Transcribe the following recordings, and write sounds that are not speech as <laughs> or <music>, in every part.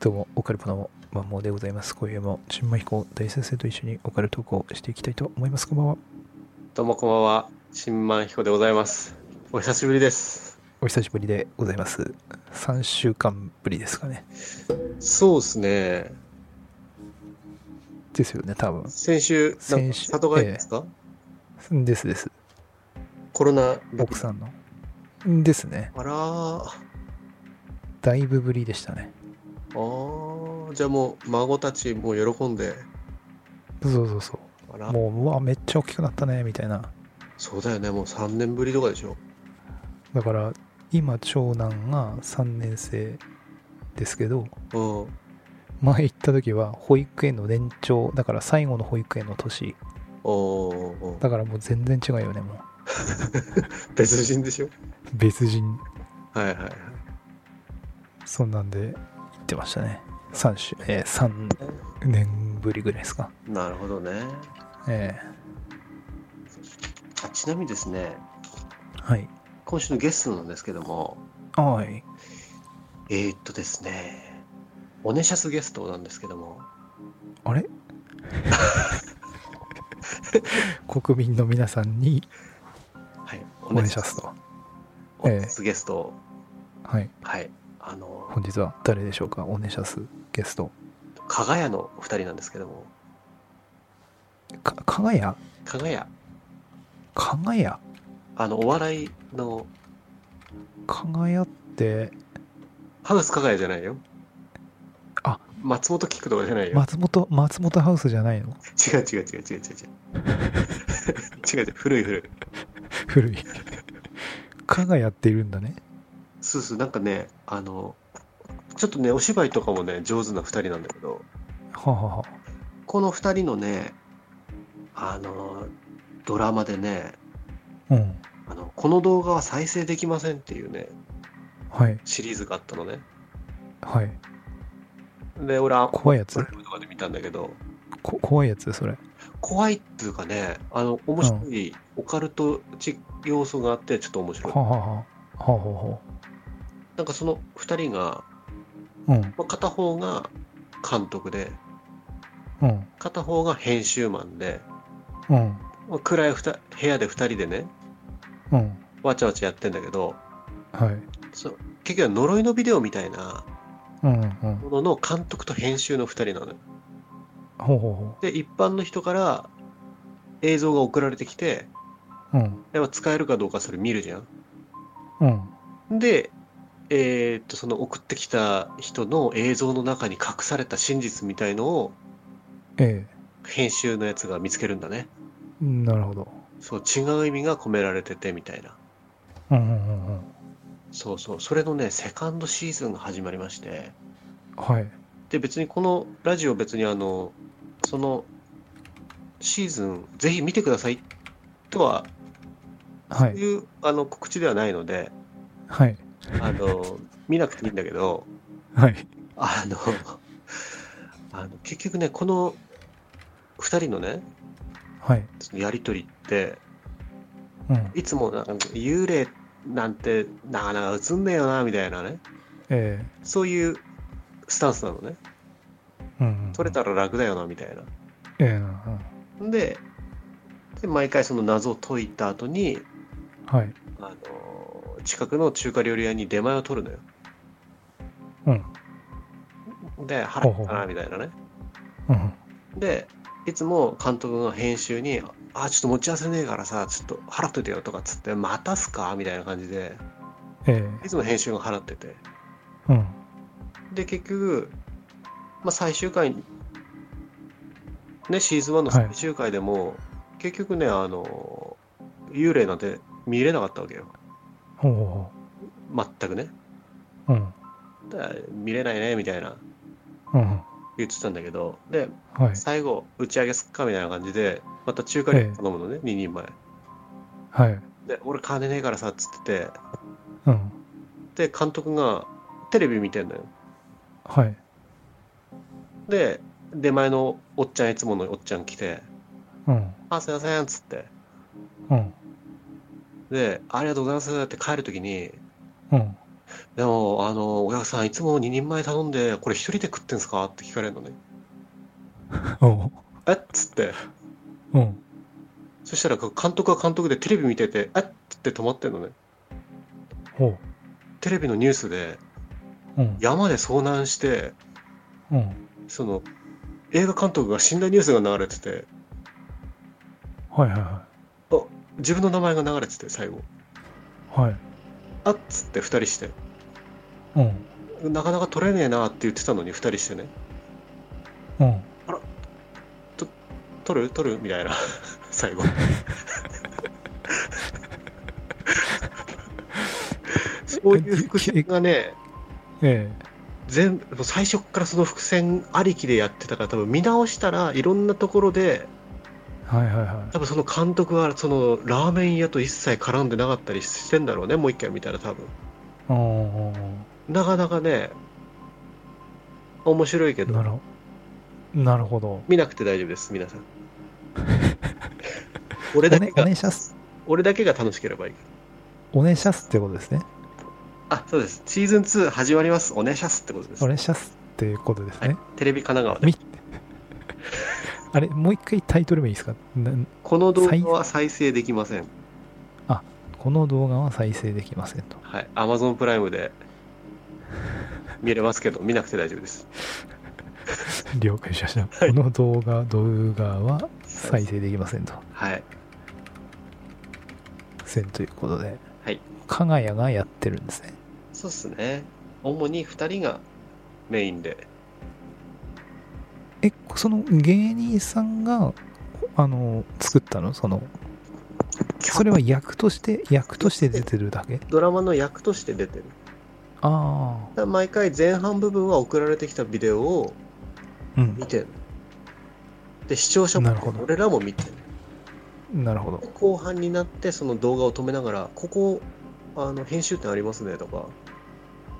どうも、オカルポのマンモーでございます。今夜も、新米彦大先生と一緒にオカルトークをしていきたいと思います。こんばんは。どうもこんばんは、新満彦でございます。お久しぶりです。お久しぶりでございます。3週間ぶりですかね。そうですね。ですよね、多分。先週、なん先か週里帰りですか、ですです。コロナ、奥さんの。んですね。あらー、あだいぶぶりでしたね。ー、じゃあもう孫たちも喜んで、そうそうそあう。ら、もう、うわ、めっちゃ大きくなったね、みたいな。そうだよね、もう3年ぶりとかでしょ。だから、今、長男が3年生ですけど、うん。前行った時は、保育園の年長、だから最後の保育園の年。おーおーだからもう全然違うよね、もう。別人でしょ別人はいはいはい。そんなんで行ってましたね3週えー、3年ぶりぐらいですかなるほどね。えあちなみにですね、えはい今週のゲストなんですけども、はいえー、っとですね、オネシャスゲストなんですけども、あれ <laughs> 国民の皆さんにはい、お願いしますとオネシャスゲストを、はいはい、あの、本日は誰でしょうかおねしゃすゲストかがやのお二人なんですけども、かかがやかがや、かがやあの、お笑いの、かがやってハウスかがやじゃないよ。あ松本キックとかじゃないよ。松本松本ハウスじゃないの <laughs> 違う違う違う違う違う違 <laughs> う。違う違う、古い古い。古い <laughs> かがやっているんだねそうそう、なんかね、あの、ちょっとね、お芝居とかもね、上手な二人なんだけど、はあ、はあはこの二人のね、あの、ドラマでね、あ、うんあの、この動画は再生できませんっていうね、はいシリーズがあったのね。はいで、俺は、怖いやプつライムとかで見たんだけど、こ怖いやつそれ怖いっていうかね、あの、面白い、オカルトチ要素があって、ちょっと面白いは。あ、はあはあ、はあはなんかその二人が、あはあ、うんまあ片方が監督で、うん片方が編集マンで、うんまあ暗いふた部屋で二人でね、うんわちゃわちゃやってんだけど、はいそう結局は呪いのビデオみたいなうんうんものの監督と編集の二人なのよ。ほうほで、一般の人から映像が送られてきて、うほううんやっぱ使えるかどうかそれ見るじゃん。うんで、えーっと、その送ってきた人の映像の中に隠された真実みたいのをえ編集のやつが見つけるんだね。えなるほどそう、違う意味が込められててみたいな。うんうんうんうんそうそう、それのね、セカンドシーズンが始まりまして。はいで、別にこのラジオ別にあの、そのシーズンぜひ見てくださいとは、はそういいうあの告知ではないので、はいあの、見なくていいんだけど、はいあの、 <laughs> あの結局ね、この2人のね、はいそのやりとりって、うんいつもなんか幽霊なんてなかなか映んねえよな、みたいなね、えそういうスタンスなのね。えうんうん取れたら楽だよな、みたいええうんうんな。で、で毎回その謎を解いた後に、はいあの、近くの中華料理屋に出前を取るのよ。うんで、腹減ったな、みたいなね。うんで、いつも監督が編集に、あ、ちょっと持ち合わせねえからさ、ちょっと払っといてよとかっつって、待たすかみたいな感じで、ええいつも編集が払ってて。うんで、結局、まあ、最終回に、ね、シーズン1の最終回でも、結局ね、あの、幽霊なんて見れなかったわけよ。ほうほうほ全くね。ううんだから見れないね、みたいなうん言ってたんだけど、で、はい最後、打ち上げすっかみたいな感じで、また中華料理頼むのね、2人前。はいで、俺金ねえからさ、っつってて、うんで監督がテレビ見てんのよはいで出前のおっちゃんいつものおっちゃん来てうん「あすいません」っつってうんで「ありがとうございます」って帰る時にうんでも、あの、お客さん、いつも2人前頼んで、これ一人で食ってんすかって聞かれるのね。おうえっつって。うん。そしたら、監督は監督でテレビ見てて、えっつって止まってんのね。おう。テレビのニュースで、うん。山で遭難して、うん。その、映画監督が死んだニュースが流れてて、はいは自分の名前が流れてて、最後。いはい。はい。あっつって2人して。うん。なかなか撮れねえなって言ってたのに2人してね。うん。撮る撮るみたいな。 <laughs> 最後。そういう伏線がね、え全もう最初からその伏線ありきでやってたから多分見直したらいろんなところでえはいはいは多分その監督はそのラーメン屋と一切絡んでなかったりしてんだろうねもう一回見たら多分い。うんうんうんなかなかね面白いけなどるほど。なるほど。見なくて大丈夫です皆さん <laughs> 俺おだねけ、おがねしゃす、俺だけが楽しければいいおねしゃすってことですね。あそうですシーズン2始まりますおねしゃすってことですおねしゃすってことですはねい。、テレビ神奈川でみあれ、もう一回タイトル名いいですかなこの動画は再生できませんこの動画は再生できませんと。はい、Amazon プライムで見れますけど、見なくて大丈夫です。 <laughs> 了解しました。この動画、動画は再生できませんと。はい、せんということで。はい。加賀谷がやってるんですね。そうっすね。主に2人がメインで。え、その芸人さんが、あの、作ったのその、それは役として、役として出てるだけドラマの役として出てる。あだから毎回前半部分は送られてきたビデオをあ。う見ん。てる。で、視聴者もなるほど俺らも見てる。なるほどで。後半になってその動画を止めながら、ここ、あの編集点ありますねとか、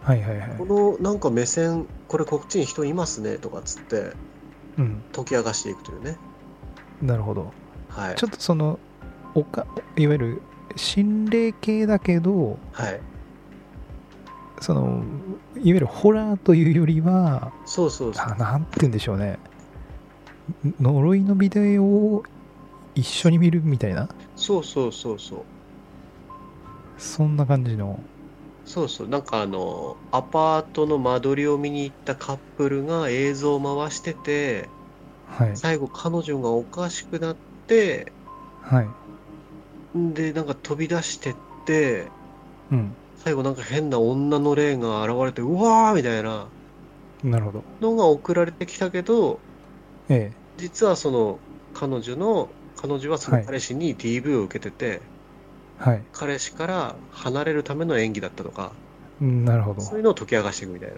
はいはいはい。このなんか目線、これこっちに人いますねとかっつってうん。解き明かしていくというね。なるほど。はいち。ょっとそのおかいわゆる心霊系だけどはい。そのいわゆるホラーというよりはそうそうそう。あなんて言うんでしょうねん呪いのビデオを一緒に見るみたいなそうそうそうそう。そんな感じのそうそう。なんかあの、アパートの間取りを見に行ったカップルが映像を回してて、はい最後彼女がおかしくなって、はいんで、なんか飛び出してって、うん最後なんか変な女の霊が現れて、うわーみたいななるほどのが送られてきたけど、ええ実はその彼女の、彼女はそのはい彼氏に DV を受けてて、はい彼氏から離れるための演技だったとか、なるほどそういうのを解き明かしていくみたい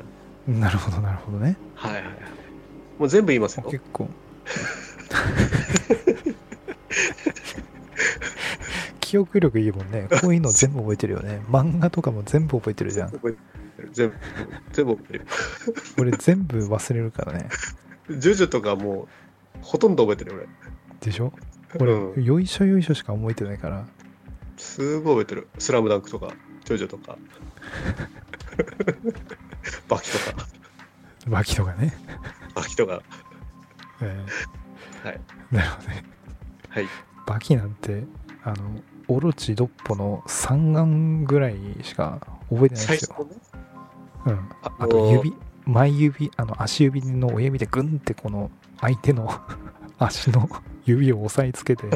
な。なるほどなるほどねはいはいはい。もう全部言いますよ。結構 <laughs> 記憶力いいもんねこういうの全部覚えてるよね漫画とかも全部覚えてるじゃん全部全部全部覚えてる俺全部忘れるからねジョジョとかもうほとんど覚えてるでしょ俺、俺、うん、よいしょよいしょしか覚えてないからすごい覚えてる「スラムダンクとか「ジョジョと <laughs> か「バキ」とかバキとかね、 「バキ」とかえはいー、なるほどねはいバキなんてあのオロチドッポの三眼ぐらいしか覚えてないで最す初よ、うん、のねあのあと指前指あの足指の親指でグンってこの相手の <laughs> 足の指を押さえつ <laughs> けて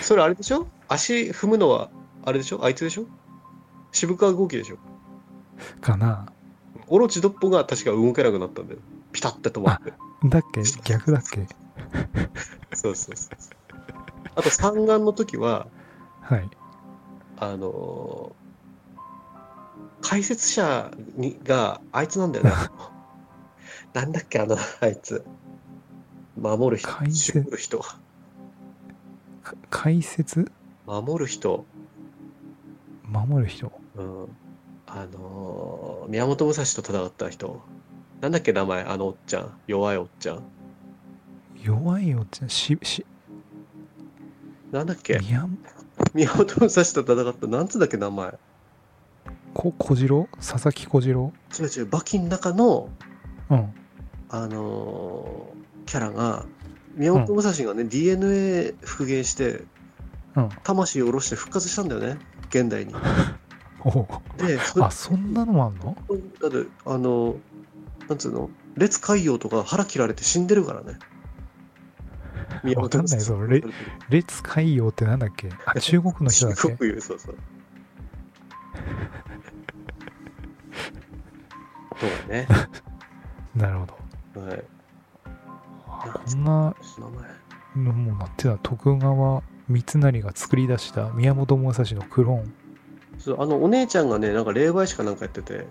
それあれでしょ足踏むのはあれでしょあいつでしょ渋川豪輝でしょかなオロチドッポが確か動けなくなったんだよピタッて止まってだっけ逆だっけそうそうそうそうあと三眼の時ははいあのー解説者にが、あいつなんだよな。なんだっけ、あの、あいつ。守る人解、説守る人、か解説守る人、守る人うん、あのー宮本武蔵と戦った人。なんだっけ、名前、あのおっちゃん。弱いおっちゃん。弱いよってししなんだっけ、宮宮本武蔵と戦った、なんつうんだっけ、名前。こ小次郎佐々木小次郎違う違う、バキの中の、うん。あのーキャラが、宮本武蔵がね、DNA 復元して、うん魂を下ろして復活したんだよね、現代に。おうで、そ <laughs> れあ、そんなのもあんのだって、あの、なんつうの、列海洋とか腹切られて死んでるからね。宮わかんないぞそのレ列海洋ってなんだっけあ、中国の人だっ中け国よ、そう <laughs> そう。そうだね。なるほど。はい。あこんな名前。のもなってた。徳川三成が作り出した宮本武蔵のクローン。そうあの、お姉ちゃんがね、なんか霊媒師かなんかやってて、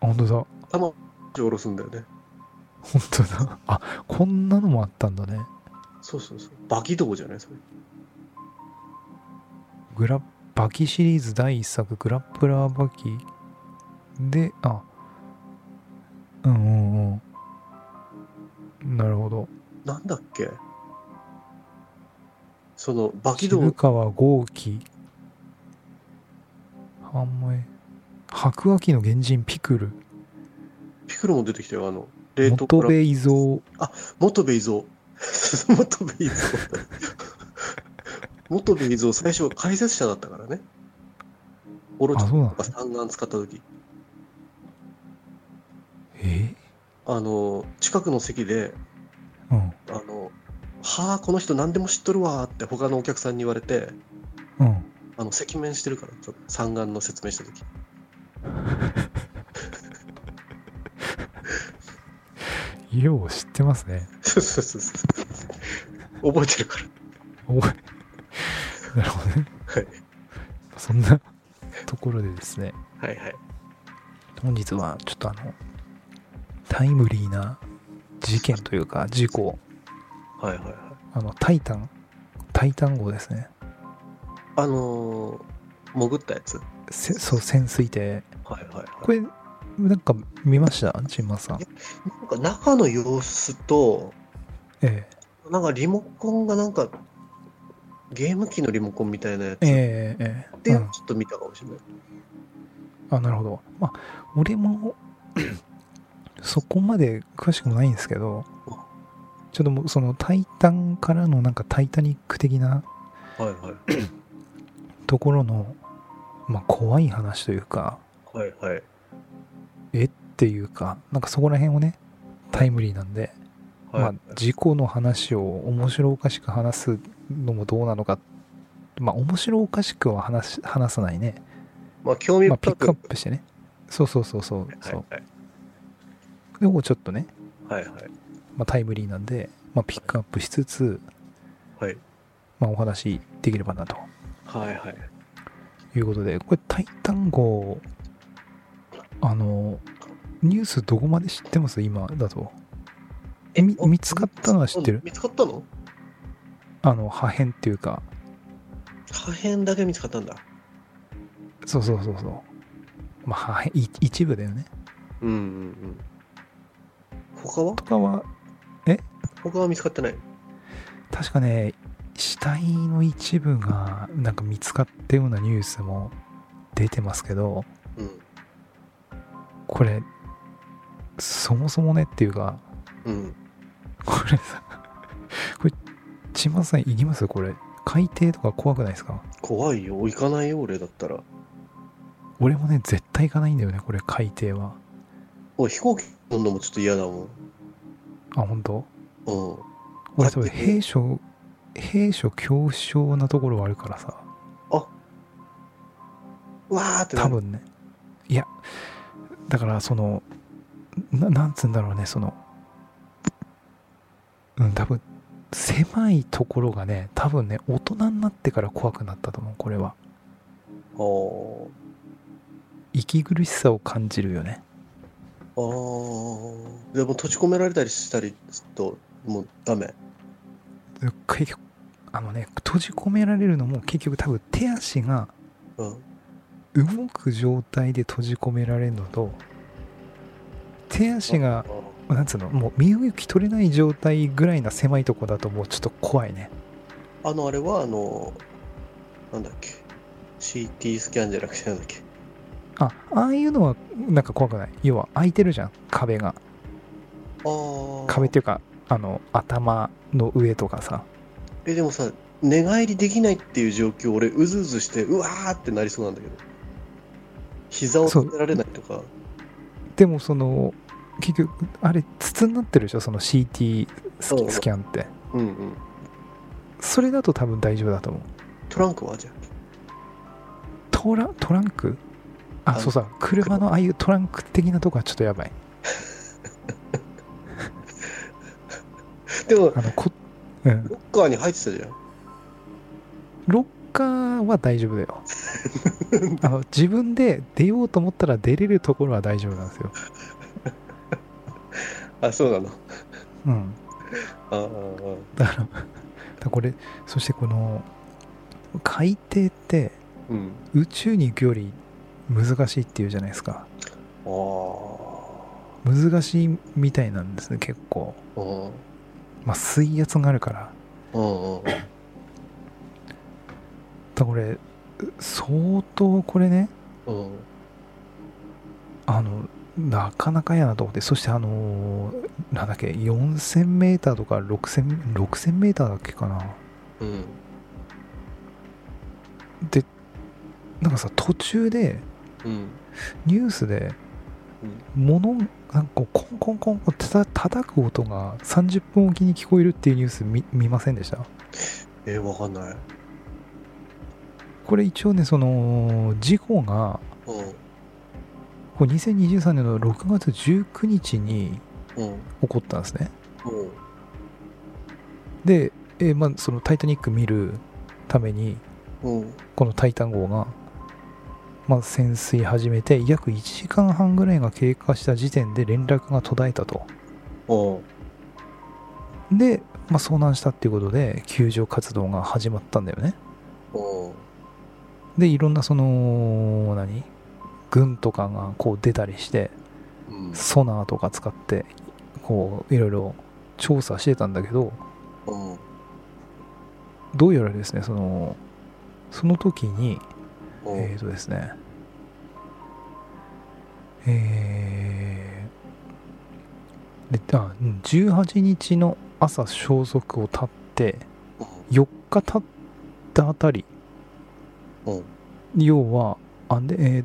あ本当だ。玉を下ろすんだよね。本当だ。あ、こんなのもあったんだね。そうそうそう。バキ道じゃないそれ。グラバキシリーズ第1作グラップラーバキであうんうんうんなるほどなんだっけその、バキ渋道、川豪輝半萌白亜紀の原人ピクルピクルも出てきたよ、あの、冷凍元部伊蔵元部伊蔵。 <laughs> 元部伊蔵。 <laughs> 元部伊蔵、最初は解説者だったからね。オロチあそうなんとかだ三眼使った時、えあの、近くの席で、うんあの、はあ、この人何でも知っとるわーって他のお客さんに言われて、うんあの、赤面してるから、ちょっと三眼の説明した時。 <laughs> よう知ってますねそうそうそうそう。覚えてるから。おい <laughs> なるほどねはいそんなところでですねはいはい。本日はちょっとあのタイムリーな事件というか事故はいはいはい。あのタイタンタイタン号ですねあのー、潜ったやつ。はせそう潜水艇いはいはい。これなんか見ましたジンマさんなんか中の様子と、えなんかリモコンがなんか、ゲーム機のリモコンみたいなやつええっええてえいえうのをちょっと見たかもしれない。うんあなるほどまあ俺も <coughs> そこまで詳しくもないんですけどちょっともうそのタイタンからのなんかタイタニック的なはいはい。ところのまあ怖い話というかはいはい。えっていうかなんかそこら辺をねタイムリーなんで、はい、まあ、事故の話を面白おかしく話すのもどうなのかまあ面白おかしくは話し話さないね、まあ、興味まあ、ピ深ックアくッ。プしてねそうそうそうそうはそいうはい。でもちょっとね、はいはい。まあ、タイムリーなんで、まあ、ピックアップしつつ、はいまあ、お話できればなとはいはい。いうことでこれ「タイタン号」あのニュースどこまで知ってます今だとえみ見つかったのは知ってる見つかったのあの破片っていうか破片だけ見つかったんだ。そうそうそうそう。まあ、破片い一部だよね。うんうんうん。他はとかは、他は見つかってない。確かね、死体の一部がなんか見つかったようなニュースも出てますけど、うん。これ、そもそもねっていうか、うん。これさ、これ、千葉さん行きますこれ。海底とか怖くないですか怖いよ。行かないよ、俺だったら。俺もね、絶対行かないんだよね、これ、海底は。おい飛行機乗るのもちょっと嫌だもん。あ、本当うん。俺、それ、兵所、兵所恐怖症なところはあるからさ。わーってな多る。分ねいやだからそのななんつうんだろうねそのうん多分狭いところがね多分ね大人になってから怖くなったと思うこれは多分。息苦しさを感じるよねああ、でも閉じ込められたりしたりすると、もうダメ。結局あのね閉じ込められるのも結局多分手足がうん。動く状態で閉じ込められるのと手足があーなんつうのもう身動き取れない状態ぐらいな狭いとこだともうちょっと怖いねあの、あれは、あの、なんだっけ。CT スキャンじゃなくて、なんだっけ。あああいうのはなんか怖くない要は開いてるじゃん壁がああ。壁っていうかあの頭の上とかさえ、でもさ、寝返りできないっていう状況、俺、うずうずして、うわーってなりそうなんだけど。膝をそう立てられないとか。でもその結局あれ筒になってるでしょその CT スそうキスキャンってうんうん。それだと多分大丈夫だと思うトランクはじゃトラトランクああのそうさ車のああいうトランク的なとこはちょっとやばいあ。 <laughs> でも、あのこ、うん、ロッカーに入ってたじゃん。ロッカーは大丈夫だ <laughs> よあの自分で出ようと思ったら出れるところは大丈夫なんですよ、あ、そうなの。うん、あーだから <laughs> だからこれそしてこの海底ってあー。うん。宇宙に行くより難しいっていうじゃないですかあー難しいみたいなんですね結構あー。まあ水圧があるからうんうん。だからこれ相当これねうん。あのなかなかやなと思ってそしてあのーなんだっけ 4000m とか 6000m だっけかなうん。なんかさ途中でうん。ニュースで物なんかこうコンコンコンコンたた叩く音が30分おきに聞こえるっていうニュース見見ませんでしたえー、わかんない。これ一応ねその事故がうこう2023年の6月19日にん。うん。起こったんですねうん。で、えーまあ、その「タイタニック」見るためにうん。この「タイタン号が」まあ、潜水始めて約1時間半ぐらいが経過した時点で連絡が途絶えたとうん。で、まあ、遭難したっていうことで救助活動が始まったんだよねうん。でいろんなその何軍とかがこう出たりしてうん。ソナーとか使ってこういろいろ調査してたんだけどうん。どうやらですねそのその時にうん。えー、とですねえーであうん18日の朝消息を絶って4日経ったあたりうん。要はあで,、えー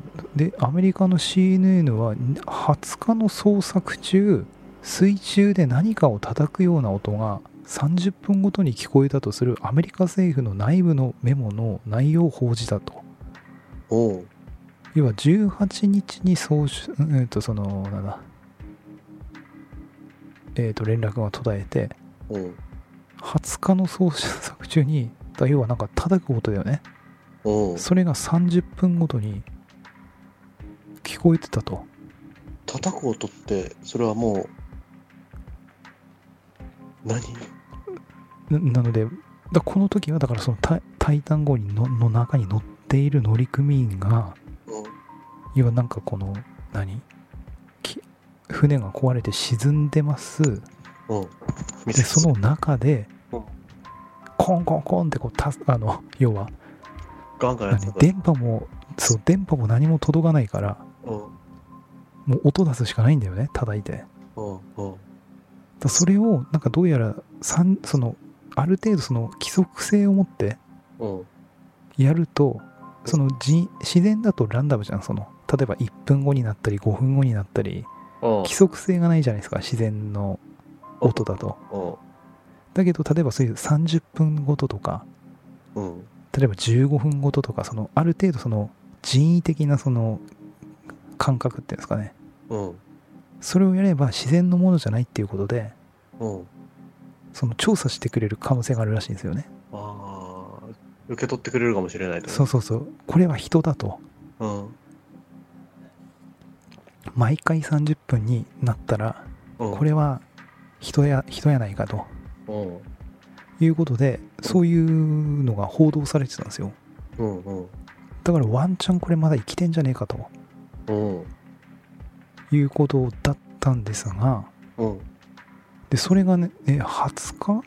でアメリカの CNN は20日の捜索中水中で何かを叩くような音が30分ごとに聞こえたとするアメリカ政府の内部のメモの内容を報じたとうん。要は18日に総集うんえっとそのなんだえっ、と連絡が途絶えてうん。 20日の捜索中にだ要はなんか叩く音だよねうん。それが30分ごとに聞こえてたと叩く音ってそれはもう何ななのでだこの時はだからそのタ「タイタン号にの」の中に乗っている乗組員が要はなんかこの何き船が壊れて沈んでますうんうん見でせその中でうんコンコンコンってこうたすあの要はガンガンやって何た電波もそう電波も何も届かないからうんもう音出すしかないんだよね叩いてだかうんうんらそれをなんかどうやらさんそのある程度その規則性を持ってうんやるとそのじ自然だとランダムじゃんその例えば1分後になったり5分後になったりうん規則性がないじゃないですか自然の音だとだけど例えばそういう30分ごととかうんうん例えば15分ごととかそのある程度その人為的なその感覚っていうんですかねうんそれをやれば自然のものじゃないっていうことでうんその調査してくれる可能性があるらしいんですよねああ受け取ってくれるかもしれないとそうそうそうこれは人だとうん毎回30分になったらうんこれは人や人やないかとうんいうことでそういうのが報道されてたんですようんうんだからワンチャンこれまだ生きてんじゃねえかとうんいうことだったんですがうんでそれがねえ20日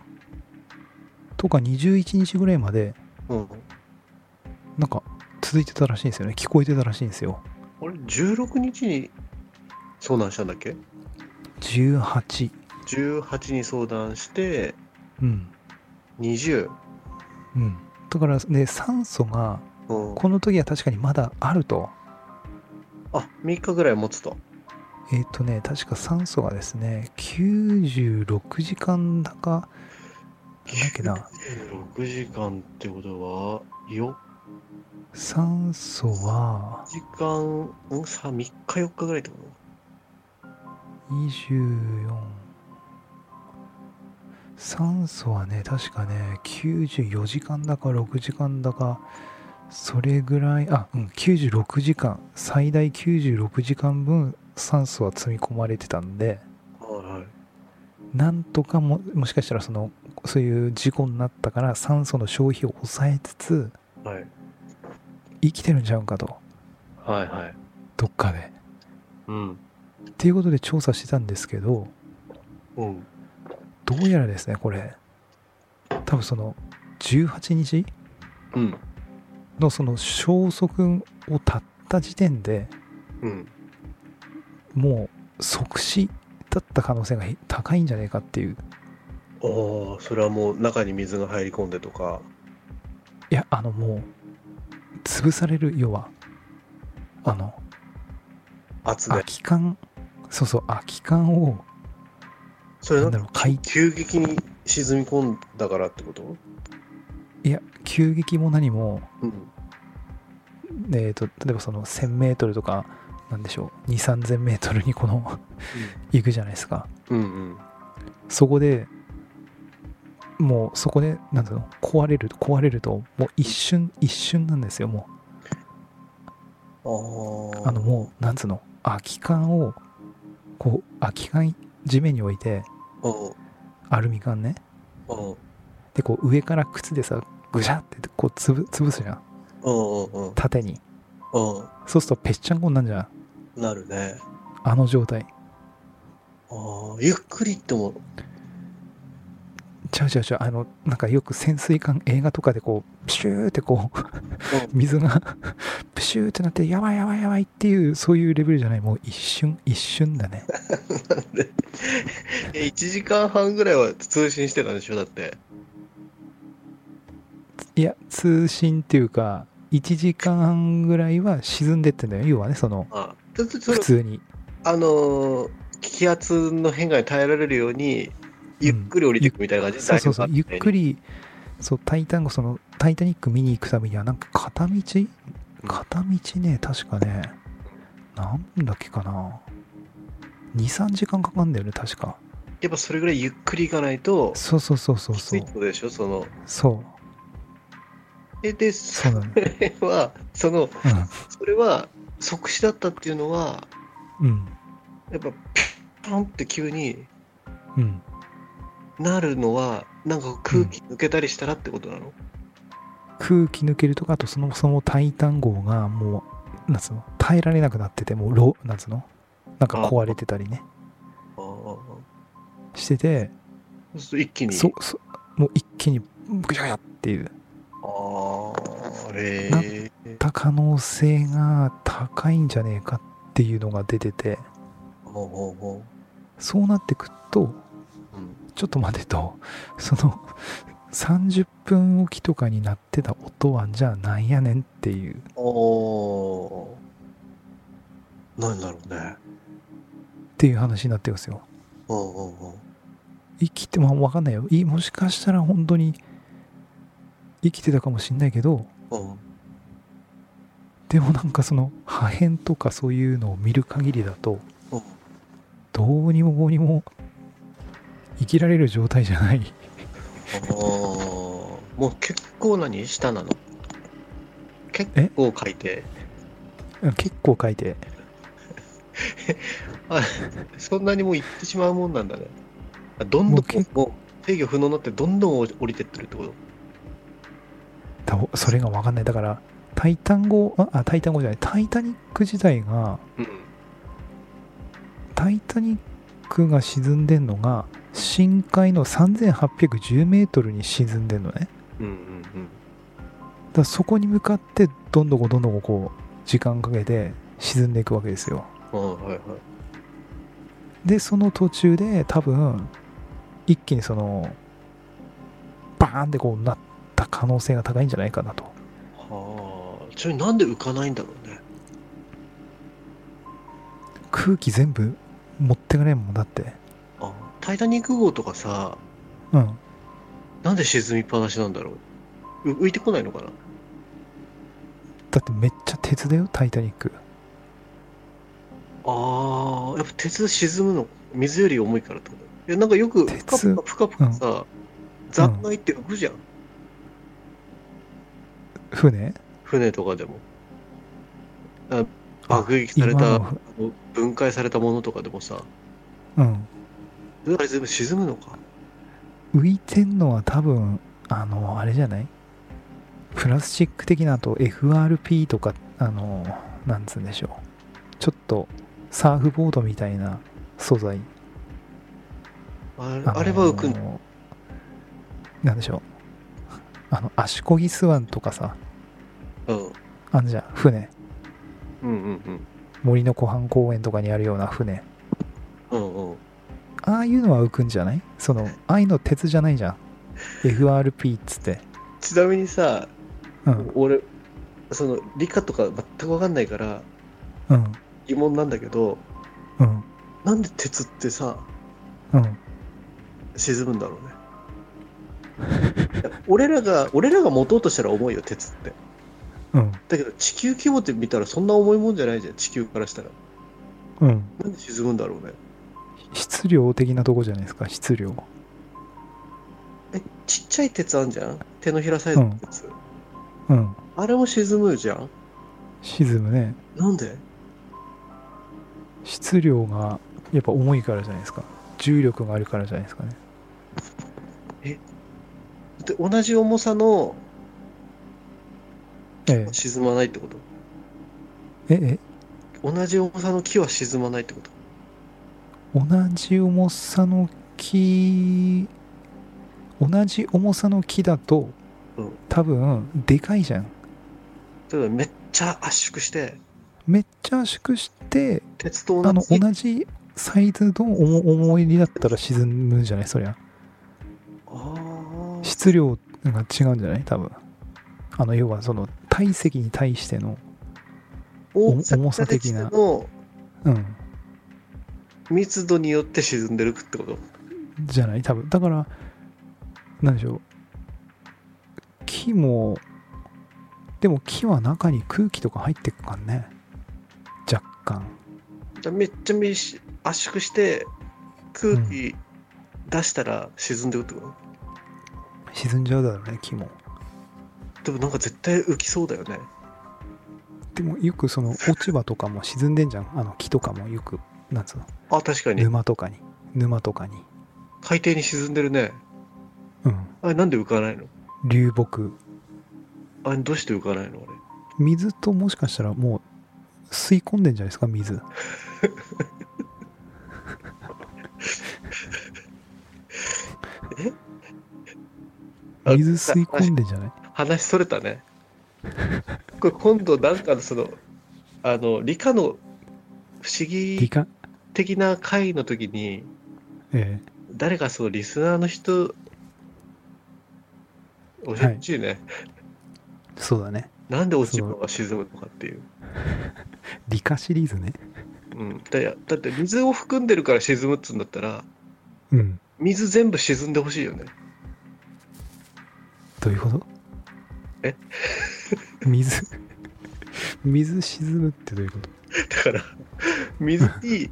とか21日ぐらいまでうんなんか続いてたらしいんですよね聞こえてたらしいんですよあれ、16日に遭難したんだっけ18 ?18 に相談して、うん20。うんだからで酸素がうん、この時は確かにまだあるとあ、3日ぐらい持つと。えっ、とね確か酸素がですね96時間だかなんだっけな6時間ってことは、4酸素は時間、うん、さ、3日4日ぐらいってこ24酸素はね確かね94時間だか6時間だかそれぐらいあうん96時間最大96時間分酸素は積み込まれてたんでとはいはい。なんとかももしかしたらそのそういう事故になったから酸素の消費を抑えつつはい。生きてるんちゃうんかとはいはい。どっかでうん。っていうことで調査してたんですけどうん。どうやらですねこれ多分その18日うん。のその消息を絶った時点でうん。もう即死だった可能性がひ高いんじゃねえかっていうああ、それはもう中に水が入り込んでとか。いやあのもう潰される要はあの圧空で。き缶そうそう空き缶をそれななんだんかろう解急激に沈み込んだからってこといや急激も何もうん。えー、と例えばその 1000m とかなんでしょう2 3 0 0 0ルにこの行くじゃないですかうんうん。そこでもうそこでなんていうの壊れる壊れるともう一瞬一瞬なんですよもあうあのもうなんつうの空き缶をこう空き缶地面に置いてう。うん。アルミ缶ねうん。でこう上から靴でさぐしゃってこうつぶ潰すじゃんうんうん縦にうん。そうするとぺっちゃんこになるじゃんうん。なるね。あの状態ああ、ゆっくりっても、ちゃうちゃうちゃうあのなんかよく潜水艦映画とかでこうプシューってこう水が <laughs> プシューってなってやばいやばいやばいっていうそういうレベルじゃないもう一瞬一瞬だねえ、1時間半ぐらいは通信してたんでしょだって。いや通信っていうか1時間半ぐらいは沈んでってんだよ要はねそのああ。だってそれ普通にあのー気圧の変化に耐えられるように、ゆっくり降りていくみたいな感じ、そうそうそうゆっくり。りそう「タイタン号」その「タイタニック」見に行くためにはなんか片道片道ね確かねなんだっけかな23時間かかんだよね確かやっぱそれぐらいゆっくり行かないと、そうそうそうそうきつそいうってことでしょその。そうえ、で、そそなうの、ね、れは、その、うそれは、即死だったっていうのは、んうんやっぱ、パンって急にうんなるのは、なんか空気抜けたりしたらってことなの、空気抜けるとかあとそのその「タイタン号」がもうなんつうの耐えられなくなっててもうロなんつうのなんか壊れてたりねああしててそうすると一気に。そそもう一気にぐちゃぐちゃっていうああ、へえ。た可能性が高いんじゃねえかっていうのが出ててほうほうほそうなってくっとう。うん、ちょっと待てとその30分おきとかになってた音はじゃあなんやねんっていうおー。なんだろうね。っていう話になってるんですようんうんうん。生きてまあ分かんないよいもしかしたら本当に生きてたかもしんないけどうんでもなんかその破片とかそういうのを見る限りだとうん。どうにもこうにも生きられる状態じゃないあーもう結構何下なの結構書いてうん結構書いてそんなにもう行ってしまうもんなんだねあどんもどうん結もう制御不能になってどんどん降りてってるってこと多分それが分かんないだから「タイタン号」ああ「タイタン号」じゃない「タイタニック」自体がうん「タイタニック」が沈んでんのが深海の3810メートルに沈んでんのねうんうんだからそこに向かってどんどこどんどここう時間かけて沈んでいくわけですようん、はいはい。でその途中で多分一気にそのバーンってこうなった可能性が高いんじゃないかなとはあ。ちなみになんで浮かないんだろうね。空気全部持ってかれんもんだってあタイタニック号とかさ、うんなんで沈みっぱなしなんだろう。う浮いてこないのかな。だってめっちゃ鉄だよタイタニックああ、やっぱ鉄沈むの、水より重いからってこといや、なんかよく、ぷか鉄ぷかぷかぷかさ、残骸って浮くじゃん。船船とかでも。あ爆撃された、今のあの分解されたものとかでもさ、うんあれ全部沈むのか。浮いてんのは多分あのあれじゃないプラスチック的なあと FRP とかあのなんつうんでしょうちょっとサーフボードみたいな素材あれあのあれは浮くんだ。なんでしょうあの足こぎスワンとかさうん。あんじゃん船うんうん森の湖畔公園とかにあるような船うん。うんうん。ああいうのは浮くんじゃないそのああいうの鉄じゃないじゃん FRP っつってちなみにさ、うん俺、その、理科とか全くわかんないから、うん疑問なんだけど、うんなんで鉄ってさ、うん沈むんだろ <laughs> うねいや俺らが俺らが持とうとしたら重いよ鉄ってうんだけど地球規模で見たらそんな重いもんじゃないじゃん地球からしたらうんなんで沈むんだろうね質量的なとこじゃないですか質量えちっちゃい鉄あんじゃん手のひらサイズの鉄、うんあれも沈むじゃん沈むねなんで質量がやっぱ重いからじゃないですか重力があるからじゃないですかねで同じ重さのえ沈まないってことえええ同じ重さの木は沈まないってこと同じ重さの木同じ重さの木だとうん多分でかいじゃんだからめっちゃ圧縮してめっちゃ圧縮して鉄とあ同のじ同じサイズの重重りだったら沈むんじゃないそりゃあー質量が違うんじゃない多分あの要はその体積に対しての大き重ささ的なのうん密度によって沈んでるってことじゃない多分だから何でしょう木もでも木は中に空気とか入ってくからね若干じゃあめっちゃみし圧縮して空気出したら沈んでるってこと、沈んじゃうだろうね木もでもなんか絶対浮きそうだよねでもよくその落ち葉とかも沈んでんじゃんあの木とかもよくなんつうのあ確かに沼とかに沼とかに海底に沈んでるねうんあれなんで浮かないの流木あれどうして浮かないのあれ水ともしかしたらもう吸い込んでんじゃないですか水 <laughs> あ水吸い込んでんじゃない話それ <laughs> たねこれ今度なんかのそのあの理科の不思理議科的な会の時にえ誰かそのリスナーの人教えてほしいえね、そうだねなんで落ち葉が沈むのかっていう理科シリーズねうん、だやだって水を含んでるから沈むっつうんだったらうん水全部沈んでほしいよね <laughs> どういうことえ水水沈むってどういうことだから水に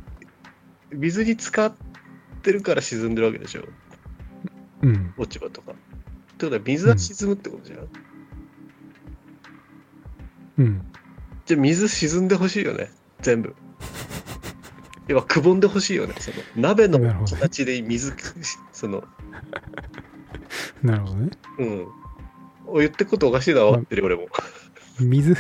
水に浸かってるから沈んでるわけでしょうん落ち葉とかってことは水が沈むってことじゃん、うんじゃあ水沈んでほしいよね <laughs> 全部要はくぼんでほしいよねその鍋のなるほどね形で水そのなるほどねうんお言ってることおかしいのは分かってるよ俺も水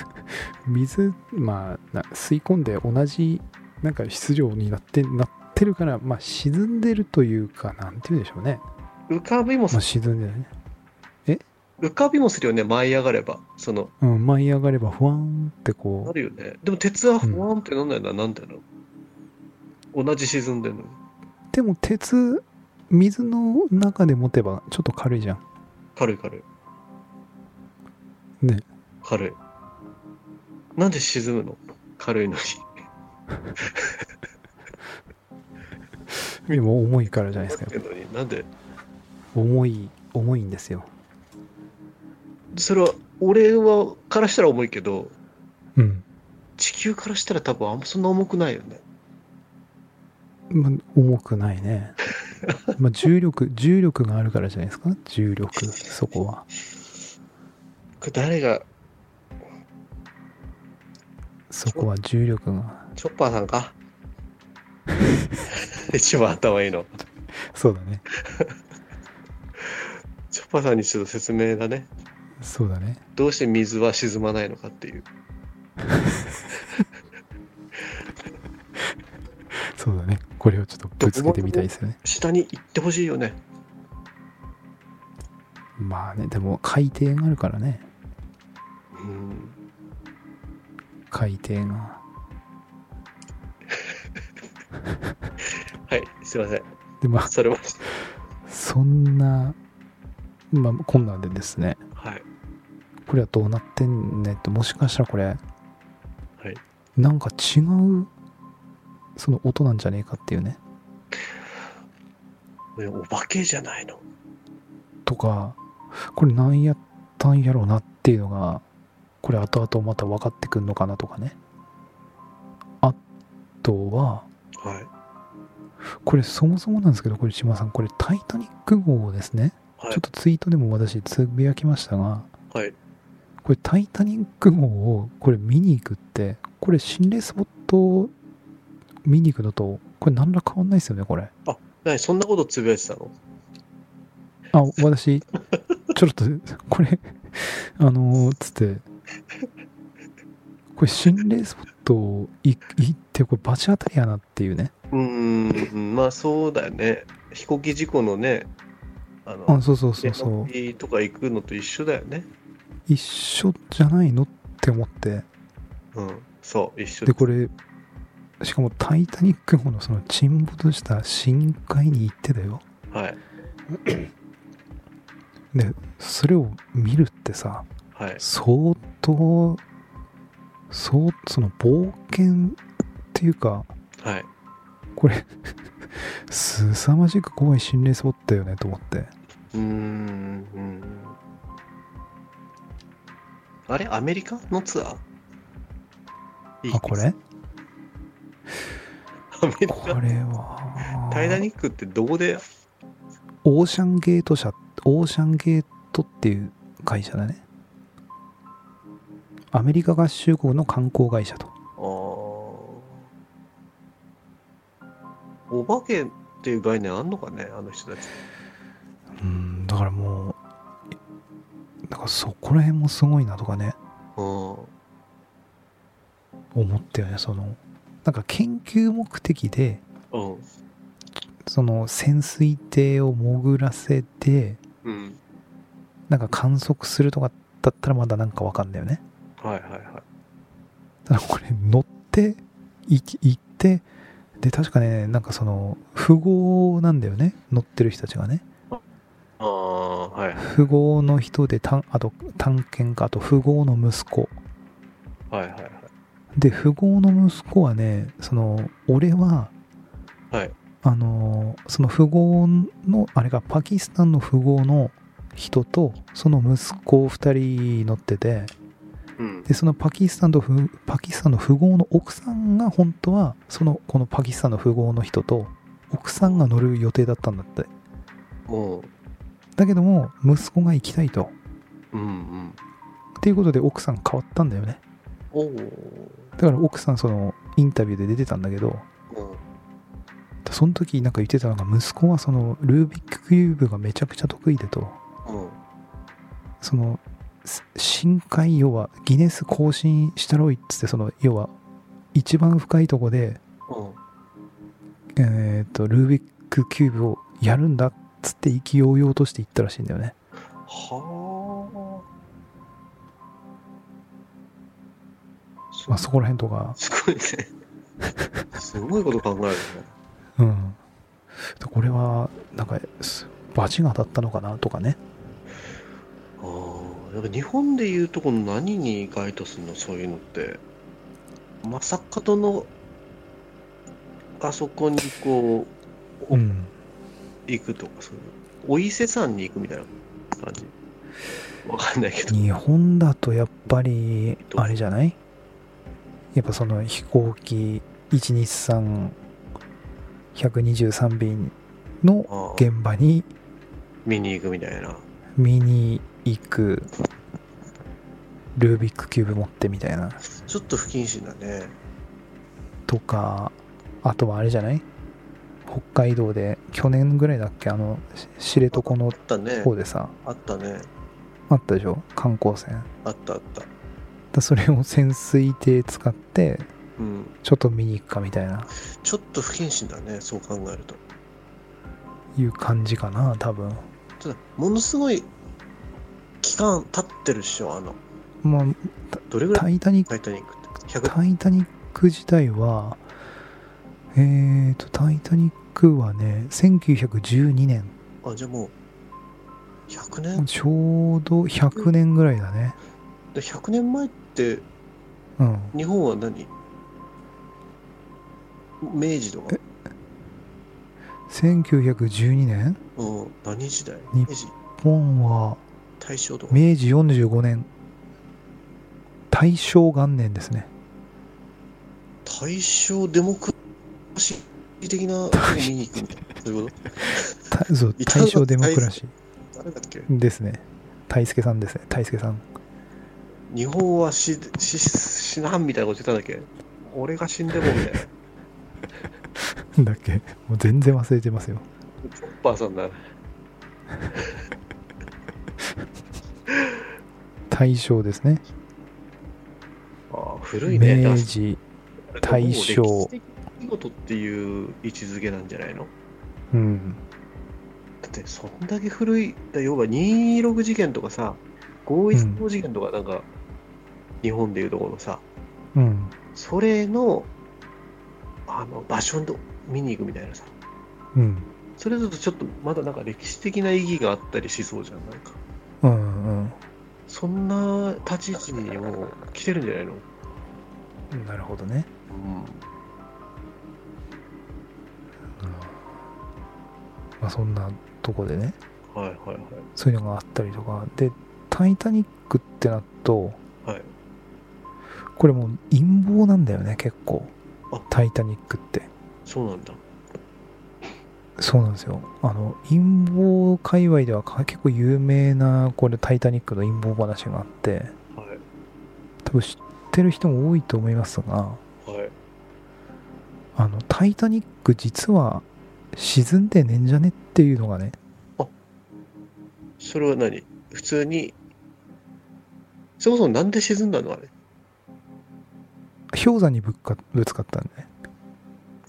水まあな吸い込んで同じなんか質量になってなってるからまあ沈んでるというかなんて言うんでしょうね浮かびもまさあ沈んでるね浮かびもするよね、舞い上がれば。その、うん、舞い上がればふわーんってなこるよね。でも鉄は不安ってなんだよな、なんだよな。同じ沈んでるのに。う。でも鉄、水の中で持てばちょっと軽いじゃん。軽い軽い。ね。軽い。なんで沈むの軽いのに。でも重いからじゃないですか。軽いのになんで重い、重いんですよ。それは、俺は、からしたら重いけど、うん。地球からしたら多分あんまそんな重くないよね。ま、重くないね。ま、重力、重力があるからじゃないですか。重力、そこは。これ誰が、そこは重力が。チョッパーさ <laughs> んか一番頭いいの。そうだね。チョッパーさんにちょっと説明だね。そうだね。どうして水は沈まないのかっていう。そうだね。これをちょっとぶつけてみたいですよね。下に行ってほしいよね。まあね、でも海底があるからね。うん。海底が。はい、すいません。で、まあ、それは、そんな、まあ、こんなんでですね。はい。これはどうなってんねってもしかしたらこれ、いなんか違うその音なんじゃねえかっていうねねお化けじゃないの。とかこれ何やったんやろうなっていうのがこれ後々また分かってくんのかなとかねあとははい。これそもそもなんですけどこれ島さんこれ「タイタニック」号をですね、はいちょっとツイートでも私つぶやきましたがはい。これ「タイタニック」号をこれ見に行くってこれ心霊スポットを見に行くのとこれ何ら変わんないですよねこれ何そんなことつぶやいてたのあ <laughs> 私ちょろっとこれあのーつってこれ心霊スポットを行行ってこれバチ当たりやなっていうねうーん、まあそうだよね。飛行機事故のね、あの、あそうそうそうそう飛行機とか行くのと一緒だよね。一緒じゃないのって思ってうん。そう、一緒でこれしかも「タイタニック」号のその沈没した深海に行ってだよはい。でそれを見るってさはい。相当そうその冒険っていうかはい。これ <laughs> 凄まじく怖い心霊スポットだよねと思ってうーん。うんあれアメリカのツアーあこれアメリこカれはタイタニックってどこでオーシャンゲート社オーシャンゲートっていう会社だねアメリカ合衆国の観光会社とあーお化けっていう概念あんのかねあの人たち。うんだからもうだからそこら辺もすごいなとかねうん。思ったよねそのなんか研究目的でうん。その潜水艇を潜らせてうん。なんか観測するとかだったらまだなんかわかんだよねはいはいはい。ただこれ乗ってい行ってで確かねなんかその富豪なんだよね乗ってる人たちがねああ、はい富豪の人でたんあと探検家あと富豪の息子はいはいはい。で富豪の息子はねその俺は、はいあのその富豪のあれがパキスタンの富豪の人とその息子2人乗っててうん。でそのパキスタンとふパキスタンの富豪の奥さんが本当はそのこのパキスタンの富豪の人と奥さんが乗る予定だったんだってもだけども息子が行きたいとうん。うんうん。っていうことで奥さん変わったんだよねおお。だから奥さんそのインタビューで出てたんだけどうん。その時なんか言ってたのが息子はそのルービックキューブがめちゃくちゃ得意でとうん。そのす深海要はギネス更新したろいっつってその要は一番深いとこでうん。えー、とルービックキューブをやるんだっつって意気揚々としていったらしいんだよねはまあ、そこら辺とか、すごいね。すごいこと考えるね。うん、でこれはなんかすバチが当たったのかなとかねああ、やっぱ日本でいうとこの何に該当するのそういうのって。まさかとの、あそこにこう、うん行くとか、そういう。お伊勢さんに行くみたいな感じ。わかんないけど。日本だとやっぱりどうあれじゃないやっぱその飛行機123123便のああ現場に見に行くみたいな。見に行くルービックキューブ持ってみたいなちょっと不謹慎だね。とかあとはあれじゃない北海道で去年ぐらいだっけあのし知床のあったね。方でさあったね。あったでしょ観光船あったあった。だそれを潜水艇使ってうん。ちょっと見に行くかみたいなちょっと不謹慎だね。そう考えると。いう感じかな多分ただ、ものすごい期間経ってるっしょ。あの、まあどれぐ「らタいイタニックタイタニックっ「て。」100、タイタニック」自体はえーと「タイタニック」はね1912年あ、じゃあもう、100年ちょうど100年ぐらいだねで ?100 年前って、うん日本は何明治とかえ1912年うん。何時代に明治日本は大正とか明治45年大正元年ですね大正デモクラシー的なのを見に行くみたいな。そういうこたそういたの大正デモクラシと誰だっけーですね大輔さんですね大輔さん日本は死死死なんみたいなこと言ってたんだっけ俺が死んでもみたいな。だっけもう全然忘れてますよチョッパーさんだ。大正ですねああ、古いね。明治大正もう歴史的出来事っていう位置づけなんじゃないのうんだって、そんだけ古い、だ要は226事件とかさ、515事件とか、なんか、日本でいうところのさ、うんそれの、あの、場所の見に行くみたいなさ、うんそれだとちょっとまだなんか歴史的な意義があったりしそうじゃん、なんか。うんそんな立ち位置にもう来てるんじゃないのうんなるほどね、うん。うんまあ、そんなとこでねはいはいはい。そういうのがあったりとかで「タイタニック」ってなるとはい。これもう陰謀なんだよね結構あ「タイタニック」ってそうなんだ。そうなんですよあの陰謀界隈ではか結構有名なこれ「タイタニック」の陰謀話があってはい。多分知ってる人も多いと思いますがはい。あの「タイタニック」実は沈んでねえんじゃねっていうのがねそれは何普通に、そもそもなんで沈んだのあれ。氷山にぶっかぶつかったんでね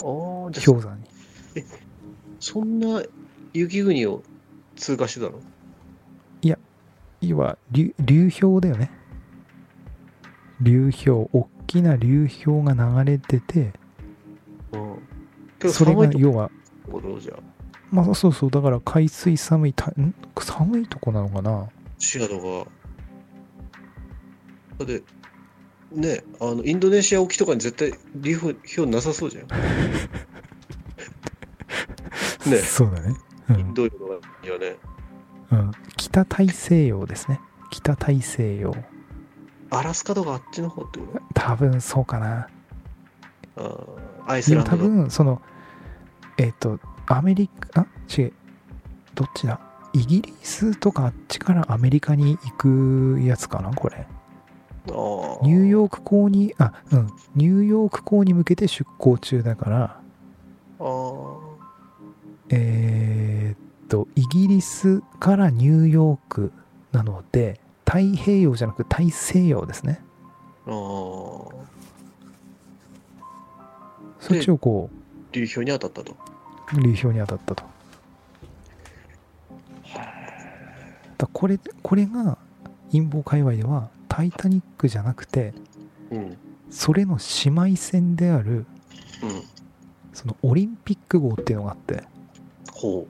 ああ、じゃあ氷山にそんな雪国を通過してたの要は流流氷だよね流氷大きな流氷が流れててうん。けどそれ寒がいと要はころじゃあ、まあそうそうだから海水寒いたん寒いとこなのかなシアとか。だって、ね、あの、インドネシア沖とかに絶対流氷なさそうじゃん。<laughs> ねそうだね、うインんド洋とかにはね、うん、北大西洋ですね北大西洋アラスカとかあっちの方ってこ多分そうかなとあーアイスでラもンド多の。分そのえっ、とアメリカあ違うどっちだイギリスとかあっちからアメリカに行くやつかなこれあニューーヨーク港にあうんニューヨーク港に向けて出港中だからあーえーっとイギリスからニューヨークなので太平洋じゃなく大西洋ですねあー。そっちをこ流氷に当たったと。う流氷に当たったとだこれこれが陰謀界隈では「タイタニック」じゃなくてうん。それの姉妹戦であるうん。そのオリンピック号っていうのがあってほ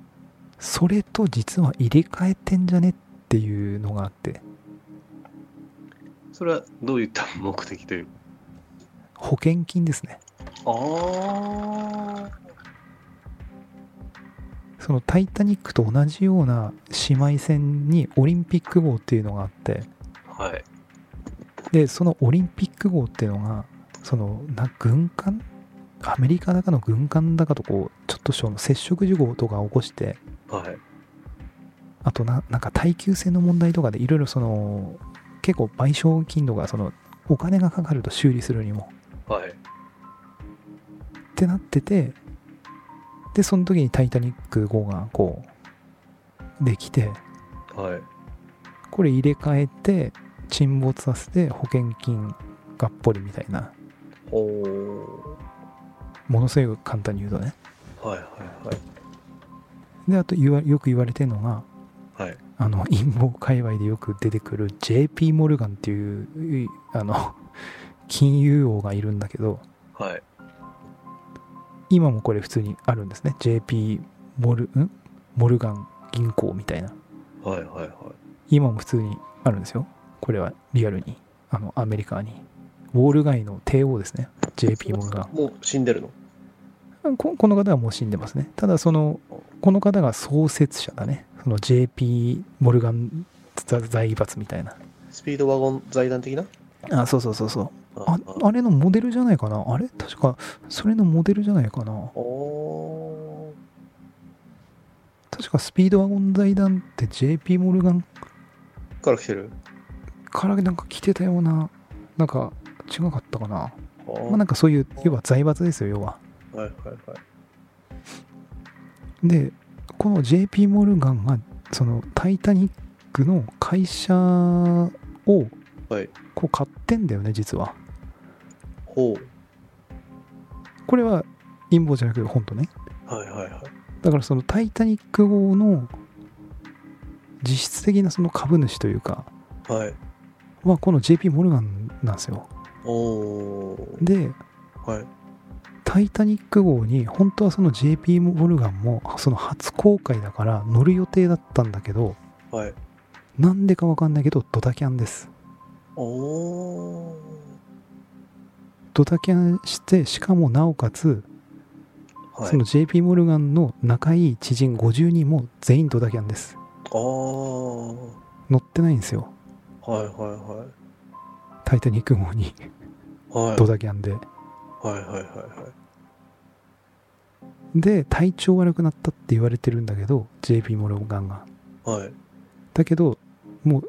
それと実は入れ替えてんじゃねっていうのがあってう。それはどういった目的という保険金ですねああ。その「タイタニック」と同じような姉妹戦にオリンピック号っていうのがあってはい。でそのオリンピック号っていうのがそのな軍艦アメリカだかの軍艦だかとこうちょっとした接触事故とかを起こしてはい。あとななんか耐久性の問題とかでいろいろその結構賠償金とかそのお金がかかると修理するにもはい。ってなっててでその時に「タイタニック」号がこうできてはい。これ入れ替えて沈没させて保険金がっぽりみたいなほう。ものすごい簡単に言うとねはいはいであと言わよく言われてるのがはい。はい。あの陰謀界隈でよく出てくる JP モルガンっていういあの <laughs> 金融王がいるんだけどはい。今もこれ普通にあるんですね JP モルんモルガン銀行みたいなはいはいはい。今も普通にあるんですよこれはリアルにあのアメリカにウォール街の帝王ですね JP モルガンもう死んでるのここの方はもう死んでますね。ただその、この方が創設者だね。その JP モルガン財閥みたいな。スピードワゴン財団的なあ、そうそうそうそう。あああれのモデルじゃないかなあれ確か、それのモデルじゃないかなおー確かスピードワゴン財団って JP モルガンから来てるからなんか来てたような、なんか違かったかな。あーまあなんかそういう、要は財閥ですよ、要は。はいはいはい。で、この JP モルガンが、そのタイタニックの会社を、はいこう買ってんだよね、実は。ほう。これは陰謀じゃなくて本当ねはいはいはい。だからその「タイタニック」号の実質的なその株主というかはい。はこの JP モルガンなんですよおーではい。 「タイタニック」号に本当はその JP モルガンもその初公開だから乗る予定だったんだけどはい。なんでかわかんないけどドタキャンですおードタキャンしてしかもなおかつはいその。JP モルガンの仲いい知人50人も全員ドタキャンですあー乗ってないんですよはいは「タイタニック」号にいはい。はい。ドタキャンではいはいはいはい。で体調悪くなったって言われてるんだけど JP モルガンがはい。だけどもう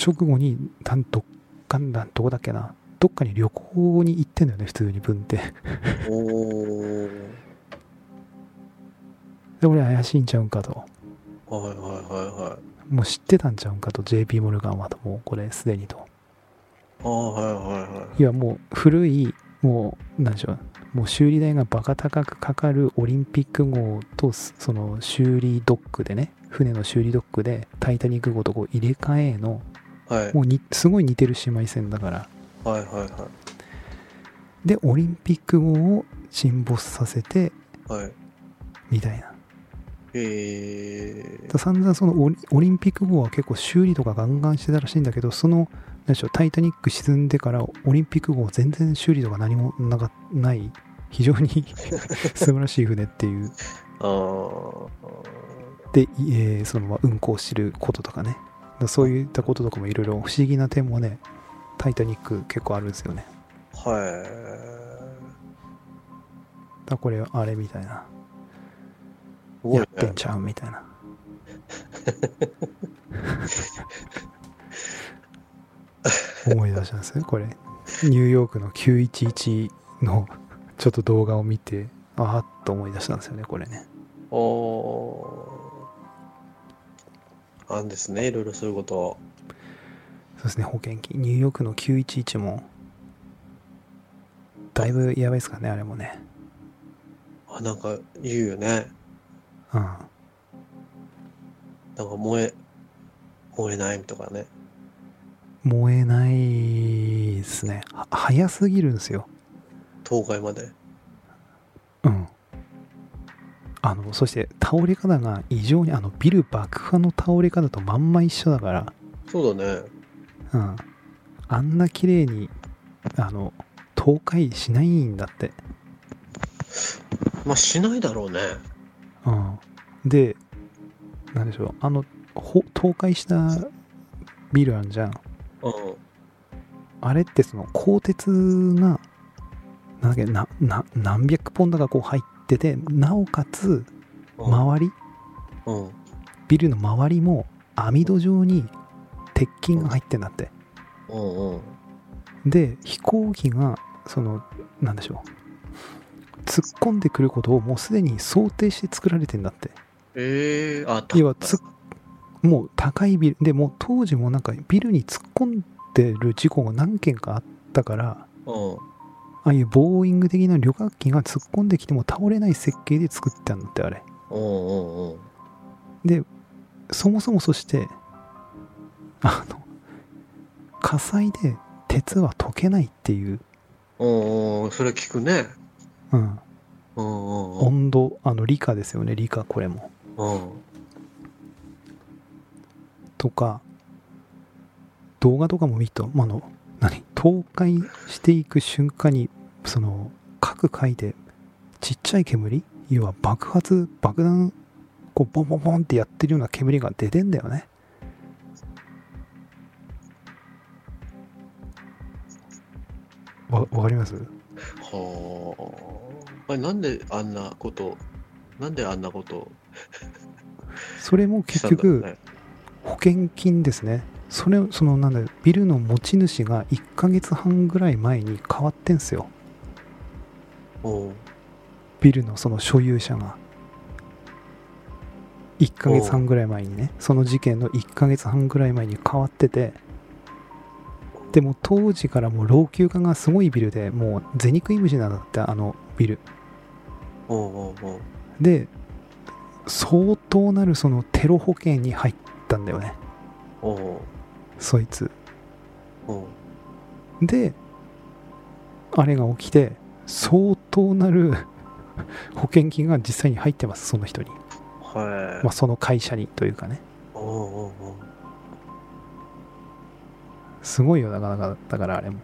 直後になんどっかんだどこだっけなどっかに旅行に行ってんだよね普通に分っておーで俺怪しいんちゃうんかとはいはいはいはい。もう知ってたんちゃうんかと JP モルガンはともうこれすでにとあーはいはいはい。いやもう古いもう何でしょうもう修理代がバカ高くかかるオリンピック号とすその修理ドックでね船の修理ドックで「タイタニック」号とこう入れ替えのはいもうにすごい似てる姉妹船だからはいはでオリンピック号を沈没させていはい。はい。みたいなえー。だ散々そのオリオリンピック号は結構修理とかガンガンしてたらしいんだけどその何でしょうタイタニック沈んでからオリンピック号全然修理とか何もなかない非常に <laughs> 素晴らしい船っていうあーで、えーそのまま運航してることとかねだそういったこととかもいろいろ不思議な点もねタイタニック結構あるんですよねはい。だからこれあれみたいなすごいやねってんちゃうみたいな思い出したんですよこれニューヨークの911のちょっと動画を見てああっと思い出したんですよねこれねおーあんですね、いろいろそういうこと。そうですね保険金ニューヨークの911もだいぶやばいですからねあれもねあ、なんか言うよね。うんなんか燃え、燃えないとかね。燃えないいですね。は早すぎるんですよ。東海まで。うん。あの、そして倒れ方が異常に、あの、ビル爆破の倒れ方とまんま一緒だから、そうだね。うん。あんな綺麗に、あの、倒壊しないんだって。まあ、しないだろうね。うん。で、なんでしょう、あの、ほ倒壊したビルあるじゃん。うん。あれってその鋼鉄が、なんだっけ、な、な、何百ポンドがこう入ってて、なおかつ、うん。周り、うん、ビルの周りも網戸状に鉄筋が入ってんだって。うん、うん。で、飛行機が、その、なんでしょう。突っ込んでくることをもうすでに想定して作られてんだって。ええあ、た要はつ、もう高いビル、でもう当時もなんかビルに突っ込んでる事故が何件かあったから、うん。ああいうボーイング的な旅客機が突っ込んできても倒れない設計で作ったんだってあれ。うんうんうん。そもそもそして、あの、火災で鉄は溶けないっていう、うんうん、それ聞くね。うん、うんうんうん。温度、あの、理科ですよね、理科これも。うん。とか、動画とかも見ると、まああの、何倒壊していく瞬間に、その、各回で、ちっちゃい煙要は爆発、爆弾、こう、ボンボンボンってやってるような煙が出てんだよね。わ、わかりますはあ。あれなんであんなこと、なんであんなことそれもした結んだろ局、うね。保険金ですね。それ、その、なんだよビルの持ち主が1ヶ月半ぐらい前に変わってんすよ。うん。ビルのその所有者が1ヶ月半ぐらい前にねその事件の1ヶ月半ぐらい前に変わっててでも当時からもう老朽化がすごいビルでもうゼニクイムジなんだってあのビルうんうんうん。で相当なるそのテロ保険に入ったんだよねうんそいつうん。であれが起きて相当なる <laughs> 保険金が実際に入ってますその人に、はまあ、その会社にというかねい。うんうんうん。すごいよ、なかなか、だからあれも。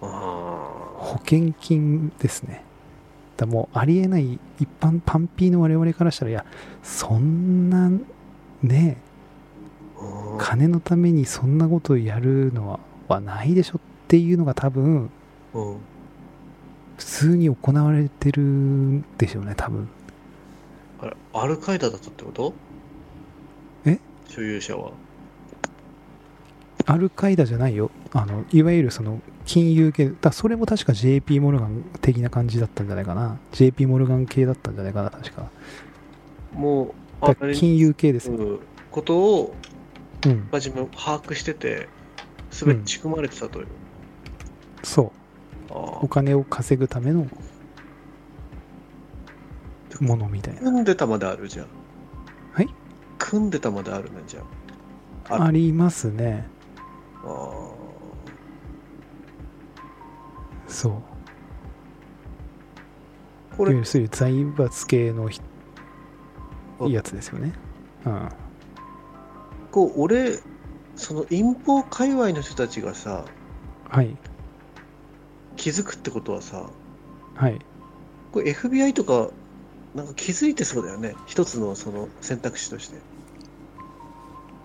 あ保険金ですね。だもう、ありえない、一般、パンピーの我々からしたら、いや、そんな、ねえ、あ。金のためにそんなことやるのははないでしょっていうのが多分、うん。普通に行われてるんでしょうね、多分。あれ、アルカイダだったってことえ所有者は。アルカイダじゃないよ。あの、いわゆるその、金融系、だそれも確か JP モルガン的な感じだったんじゃないかな。JP モルガン系だったんじゃないかな、確か。もう、だあかられ金融系ですよ。うんことを、うん。まあ、自分把握してて、すべて仕組まれてたという。そう。あお金を稼ぐためのものみたいな。組んでたまであるじゃん。はい組んでたまであるねじゃん。あありますね。あーそう。こいわゆれ、るそういう財閥系のひやつですよね。うん。こう、俺、その陰謀界隈の人たちがさ、はい。気づくってことはさ、はい。これ FBI とか、なんか気づいてそうだよね。一つのその選択肢として。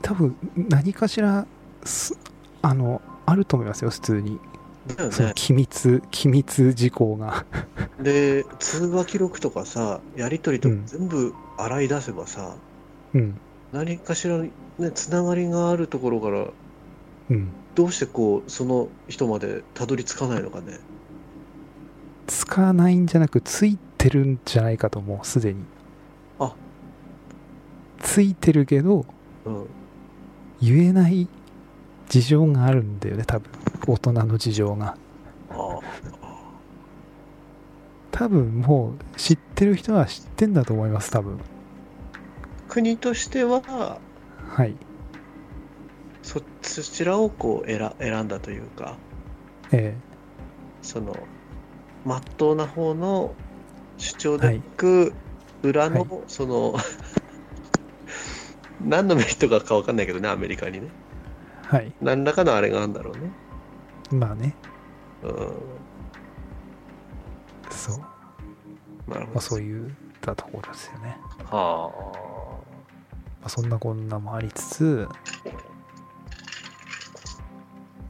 多分、何かしら、すあの、あると思いますよ、普通に。だよそのね。機密、機密事項が。 <laughs> で、通話記録とかさ、やりとりとかうん全部洗い出せばさ、うん。何かしらね、つながりがあるところから、うん。どうしてこう、その人までたどり着かないのかね。つかないんじゃなく、ついてるんじゃないかと、もうすでに。あついてるけど、うん。言えない事情があるんだよね多分大人の事情があ多分もう知ってる人は知ってんだと思います多分国としてははいそそちらをこう選選んだというかえその真っ当な方の主張でいく裏の、はその <laughs> 何のメリットがあるか分かんないけどねアメリカにねえはい何らかのあれがあるんだろうねまあねうんそう、まなるほあ、どそういったところですよね、はまあ、そんなこんなもありつつ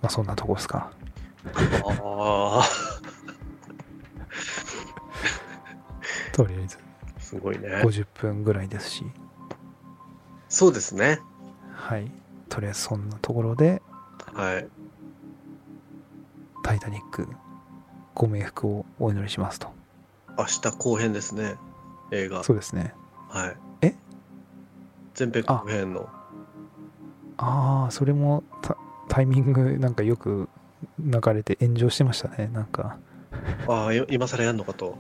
まあそんなとこですかあああとりあえずすごいね50分ぐらいですしそうですねはいとりあえずそんなところではい「タイタニック」ご冥福をお祈りしますと明日後編ですね映画そうですねはいえ前編後編のああそれもタタイミングなんかよく流れて炎上してましたねなんかああよ今更やんのかと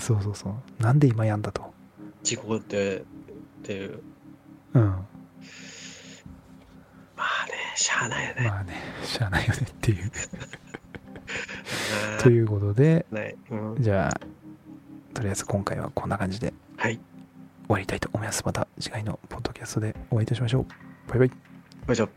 そうそうそうなんで今やんだと事故ってっていううんまあねしゃあないよね、まあねしゃあないよねっていううんということでない、うん、じゃあとりあえず今回はこんな感じではい終わりたいと思いますまた次回のポッドキャストでお会いいたしましょうバイバイよいしょ